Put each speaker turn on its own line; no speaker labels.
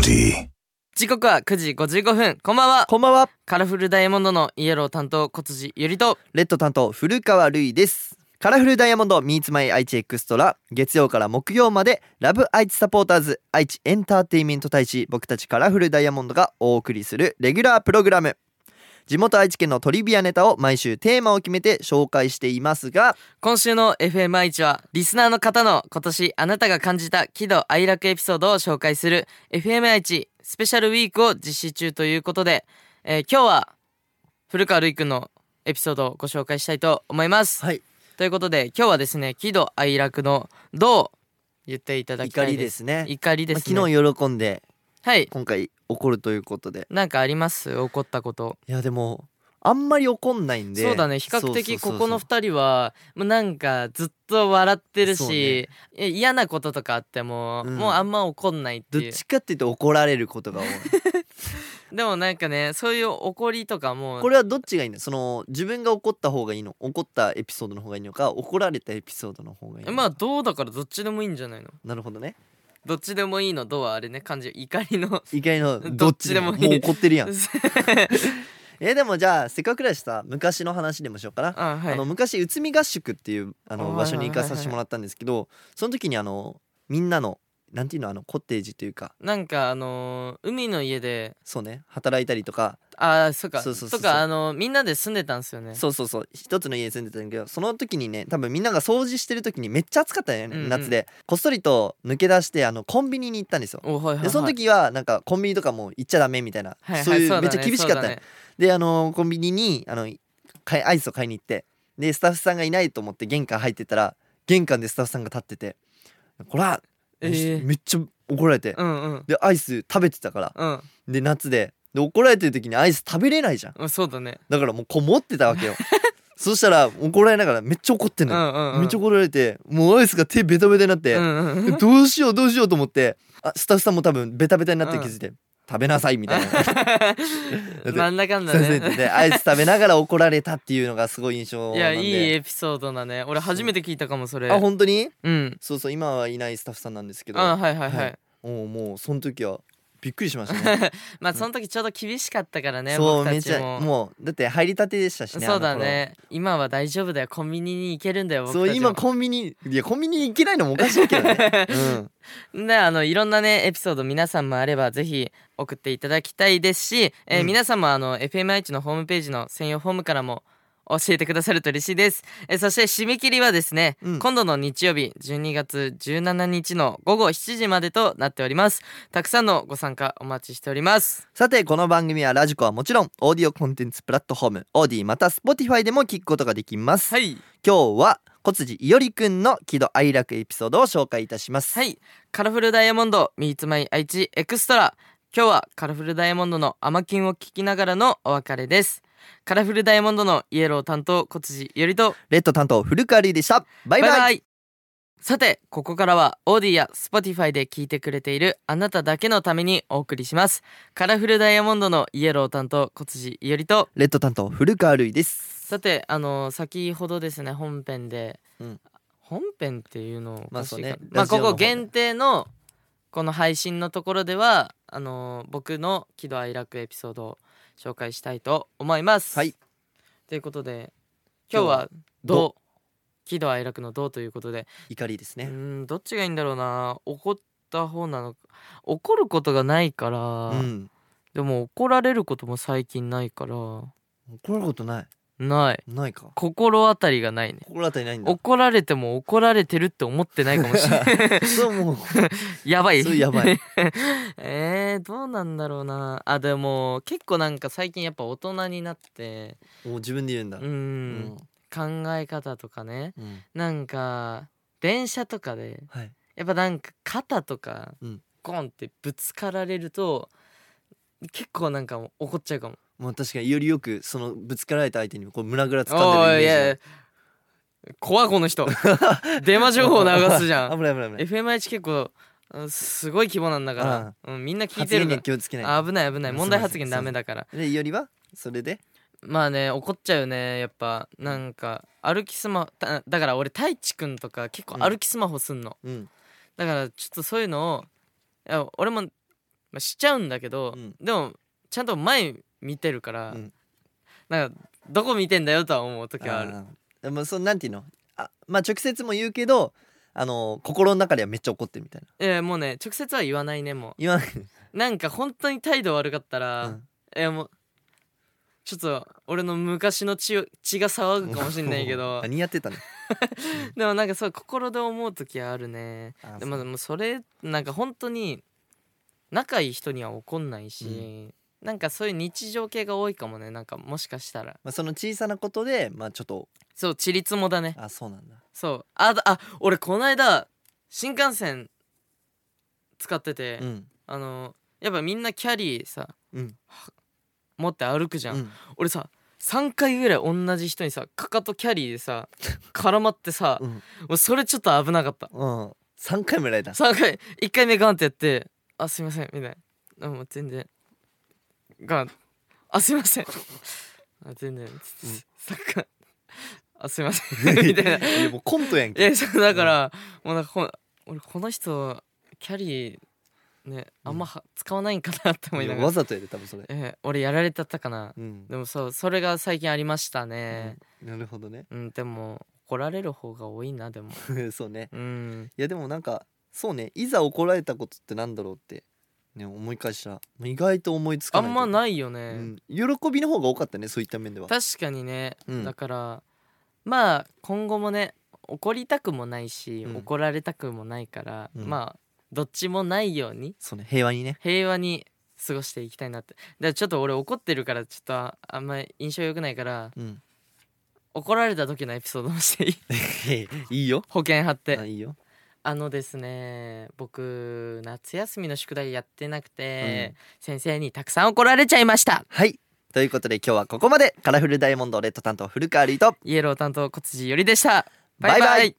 tea.
時刻は9時55分こんばんは
こんばんは。
カラフルダイヤモンドのイエロー担当小辻ゆりと
レッド担当古川るいです。カラフルダイヤモンド Meets My 愛知エクストラ月曜から木曜までラブ愛知サポーターズ愛知エンターテインメント大使僕たちカラフルダイヤモンドがお送りするレギュラープログラム地元愛知県のトリビアネタを毎週テーマを決めて紹介していますが
今週の FM 愛知はリスナーの方の今年あなたが感じた喜怒哀楽エピソードを紹介する FM 愛知スペシャルウィークを実施中ということで、えー今日は古川るいくんのエピソードをご紹介したいと思います、
はい
ということで今日はですね喜怒哀楽の「ど」を言っていただきた
怒
い
りで
です
すね
怒りですね、
まあ昨日喜んで
はい
今回怒るということで
なんかあります怒ったこと
いやでもあんまり怒んないんで
そうだね比較的
そう
こ
そうそうそう
この2人はもうなんかずっと笑ってる
そう
し
ね、
え嫌なこととかあっても、
うん
もうあんま怒んないって
どっ
いう
ちかっていうと怒られることが多い
でもなんかねそういう怒りとかも
これはどっちがいいのその自分が怒った方がいいの怒ったエピソードの方がいいのか怒られたエピソードの方がいいの
まあどうだからどっちでもいいんじゃないの
なるほどね
どっちでもいいのどうはあれね感じ怒りの
意外の
ど
ど
っ
っ
ち
ち
で
で
も
も
いい
もう怒ってるや
うんん
えでもじゃあせっかくだしさ昔の話でもしようか な、
あはい
あの昔内海合宿っていう
は
あ
い
の
はい
場所に行かさせてもらったんですけどその時にあのみんなのなんていうのあのコテージというか
なんかあのー海の家で
そうね働いたりとか
ああそっか
そうそうそうそう
とかあのーみんなで住んでたんですよね
そうそうそう一つの家に住んでたんだけどその時にね多分みんなが掃除してる時にめっちゃ暑かったよね、
うんうん
夏でこっそりと抜け出してあのコンビニに行ったんですよ
おはいはい、はい、
でその時はなんかコンビニとかも行っちゃダメみたいな、
はいはい
そういう
だね
めっちゃ厳しかった、
そうだ
ね、であのコンビニにあの買いアイスを買いに行ってでスタッフさんがいないと思って玄関入ってたら玄関でスタッフさんが立ってて「こら!
えー
めっちゃ怒られて、
うんうん
でアイス食べてたから
うん
で夏でで怒られてる時にアイス食べれないじゃん
うんそうだね
だからもうこもってたわけ よそしたら怒られながらめっちゃ怒ってん
う
のよ、
んうんうん
めっちゃ怒られてもうアイスが手ベタベタになって、
うんうんうん
でどうしようどうしようと思ってあスタッフさんも多分ベタベタになって気づいて、食べなさいみたい なって
なんだかんだ
先生
ね。
でアイス食べながら怒られたっていうのがすごい印象な ん
い
で
やいいエピソードだね。俺初めて聞いたかもそれ。
あ本当に
うん。
そうそう今はいないスタッフさんなんですけど
あはいはいは
はいい。もうもうその時はびっくりしましたね
まあその時ちょうど厳しかったから ね。
そう
僕
め
た
っ
ち
ち
も
ゃ。もうだって入りたてでしたしね
そうだね。今は大丈夫だよ。コンビニに行けるんだよ。
あの
僕
頃
た
そう
ちも
今コンビニいやコンビニ行けないのもおかしいけ どね、うん、
であのいろんなねエピソード皆さんもあればぜひ送っていただきたいですし、えー
うん
皆さんもあの FMI のホームページの専用フォームからも教えてくださると嬉しいです、えーそして締め切りはですね、
うん
今度の日曜日12月17日の午後7時までとなっておりますたくさんのご参加お待ちしております
さてこの番組はラジコはもちろんオーディオコンテンツプラットフォームオーディまた Spotify でも聞くことができます、
はい
今日は小辻いおりくんの喜怒哀楽エピソードを紹介いたします
はいカラフルダイヤモンド Meets My 愛知エクストラ今日はカラフルダイヤモンドのアマキュンを聞きながらのお別れですカラフルダイヤモンドのイエロー担当小辻よりと
レッド担当古川瑠衣でしたバイバイ
さてここからはオーディや Spotify で聞いてくれているあなただけのためにお送りしますカラフルダイヤモンドのイエロー担当小辻いよりと
レッド担当古川瑠衣です
さてあの先ほどですね本編で、
うん
本編っていうのを
まあそうね
まあ
ラジ
こ
オの方
こ限定のこの配信のところではあの僕の喜怒哀楽エピソードを紹介したいと思います
はい
ということで今日は「
今日は
どう」喜怒哀楽の「どう」ということで
怒りです
う
ね
んどっちがいいんだろうな怒った方なのか怒ることがないから、
うん
でも怒られることも最近ないから
怒ることない
ない
ないか
心当たりがないね
心当たりないんだ
怒られても怒られてるって思ってないかもしれない
そうもう
やばい
それやばい
えー、どうなんだろうなあでも結構なんか最近やっぱ大人になって
もう自分で言うんだ
うん、考え方とかね
うんうん
なんか電車とかで
はい
やっぱなんか肩とか、
うん
ゴンってぶつかられると結構なんかもう怒っちゃうかも。
もう確かによりよくそのぶつかられた相手にこう胸ぐらつかん
お
で
いい
るイメ
やい
ー
や怖いこの 人デマ
ジ
情報流すじゃん
危ない危ない危ない
FMH 結構うんすごい規模なんだから、うん、みんな聞いてるか
発言には
ら
気をつけない
あ危ない危ない
うん
問題
すいませ
発
ん
言ダメだから
でいおりはそれで
まあね怒っちゃうねやっぱなんか歩きスマホだだから俺太一くんとか結構
うん
歩きスマホすんの、
うん
だからちょっとそういうのをいや俺もまあ、しちゃうんだけど、
うん
でもちゃんと前見てるから、
うん
なんかどこ見てんだよとは思う時はある
あーでもそのなんていうのあまあ直接も言うけどあの心の中ではめっちゃ怒ってるみたいな
えーもうね直接は言わないねも
言わない、
うなんか本当に態度悪かったら、
うん
えーもうちょっと俺の昔の血を血が騒ぐかもしんないけど
何やってたの
でもなんかそう心で思う時はあるね
あー
でもでもそれなんか本当に仲いい人には怒んないし、なんかそういう日常系が多いかもねなんかもしかしたら
まあ、その小さなことでまあちょっと
そうちりつもだね
あそうなんだ
そうああ俺この間新幹線使ってて、
うん
あのやっぱみんなキャリーさ
うん
持って歩くじ
う
ゃん、
ん
俺さ3回ぐらい同じ人にさかかとキャリーで さ絡まってさ、
う
も
ん
うそれちょっと危なかった
うん3回もやら れた
3回1回目ガンってやって「あすいません」みたいなあ「もう全然ガン」「あすいません」あ「全然」サッカー「あすいません」みたいな
いやもうコントやん
い
け
やそうだから、もうなんかほん俺この人キャリーねあんまは使わないんかなって思いないが
やわ
ら、
ざとやで多分それ
えー俺やられたったかな、
うん、
でもそうそれが最近ありましたね
うんなるほどね
うん、でも怒られる方が多いなでも
そうね
うん
いやでもなんかそうねいざ怒られたことってなんだろうってね思い返したら意外と思いつ
あ
かない
んま
い、
ないよ
う
ね、
ん、喜びの方が多かったねそういった面では
確かにね、
うん
だからまあ今後もね怒りたくもないし、
うん
怒られたくもないから、
うん
まあどっちもないように
そうね平和にね
平和に過ごしていきたいなってでちょっと俺怒ってるからちょっとああんまり印象良くないから
うん
怒られた時のエピソードもしていい
いいよ
保険貼って
あ
あ
いいよ
のですね僕夏休みの宿題やってなくて、先生にたくさん怒られちゃいました
はいということで今日はここまでカラフルダイヤモンドレッド担当古川瑠衣と
イエロー担当小辻よりでした
バイバイ